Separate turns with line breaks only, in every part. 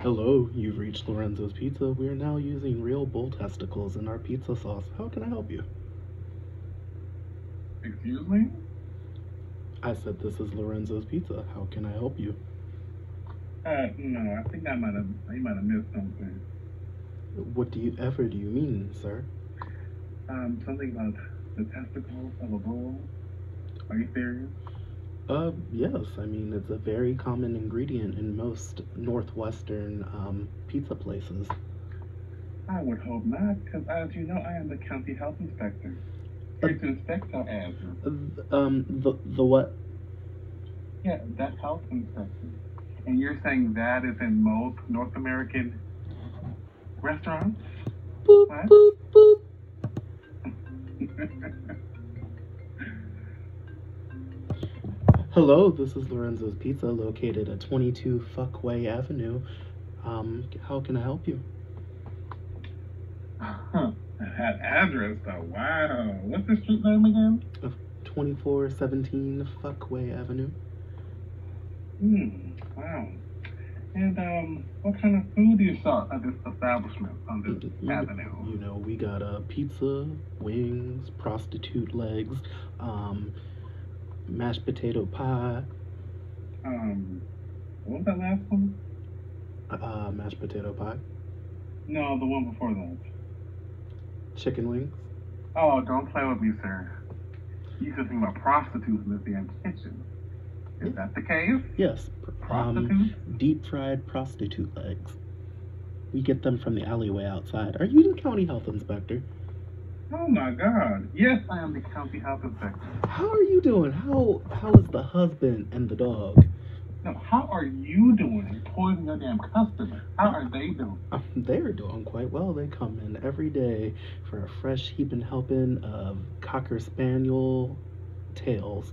Hello, you've reached Lorenzo's Pizza. We are now using real bull testicles in our pizza sauce. How can I help you?
Excuse me?
I said this is Lorenzo's Pizza. How can I help you?
Uh, no, I think I might have, I might have missed something.
What do you ever do you mean, sir?
Um, something about the testicles of a bull. Are you serious?
Uh, yes. I mean, it's a very common ingredient in most northwestern um, pizza places.
I would hope not, because as you know, I am the county health inspector. Here to inspect our asses.
Uh, um, the the what?
Yeah, that health inspector. And you're saying that is in most North American restaurants?
Boop
What?
boop boop. Hello, this is Lorenzo's Pizza, located at 22 Fuckway Avenue. Um, how can I help you?
Huh. That address, though. Wow. What's the street name again?
2417 Fuckway Avenue.
Hmm. Wow. And um, what kind of food do you sell at this establishment on this avenue?
You know, we got uh, pizza, wings, prostitute legs, um, mashed potato pie,
Um, what was that last one?
uh, mashed potato pie,
No, the one before that.
chicken wings.
Oh, don't play with me, sir. You just think about prostitutes in this damn kitchen. Is that the case?
Yes, pr- um,
Prostitutes?
deep fried prostitute legs. We get them from the alleyway outside. Are you the county health inspector?
oh my God. Yes, I am the county health inspector.
How are you doing? How how is the husband and the dog?
Now, how are you doing? Poisoning your damn customer. How are they doing?
Um, they're doing quite well. They come in every day for a fresh heaping helping of cocker spaniel tails.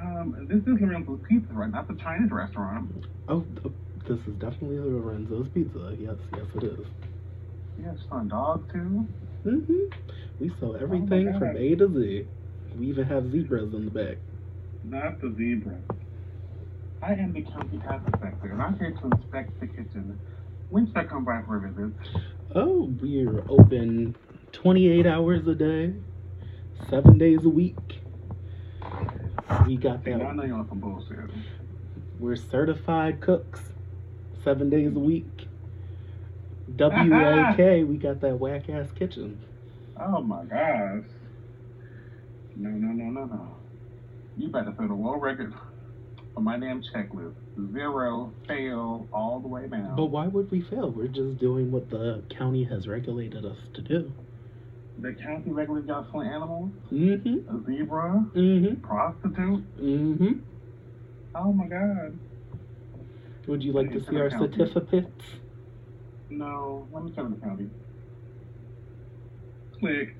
Um, this is Lorenzo's Pizza, right? Not the Chinese restaurant.
Oh, th- this is definitely Lorenzo's Pizza. Yes, yes, it is.
You have some dog too.
Mm-hmm. We sell everything from
God.
A to Z. We even have zebras in the back.
Not the zebra. I am the county health inspector, and I'm here to inspect the kitchen. When should I come by for a visit?
Oh, we're open 28 hours a day, seven days a week. We got
See, now I
that.
know you're on some bullshit.
We're certified cooks, seven days a week. WAK, we got that whack ass kitchen.
Oh my gosh. No, no, no, no, no. You better set a world record for my damn checklist. Zero, fail, all the way down.
But why would we fail? We're just doing what the county has regulated us to do.
The county regulates y'all killing animals?
Mm
A zebra?
hmm. Mm
Prostitute?
hmm. Mm hmm.
Oh my god.
Would you like to see our certificates?
No, let me come to the county. Click.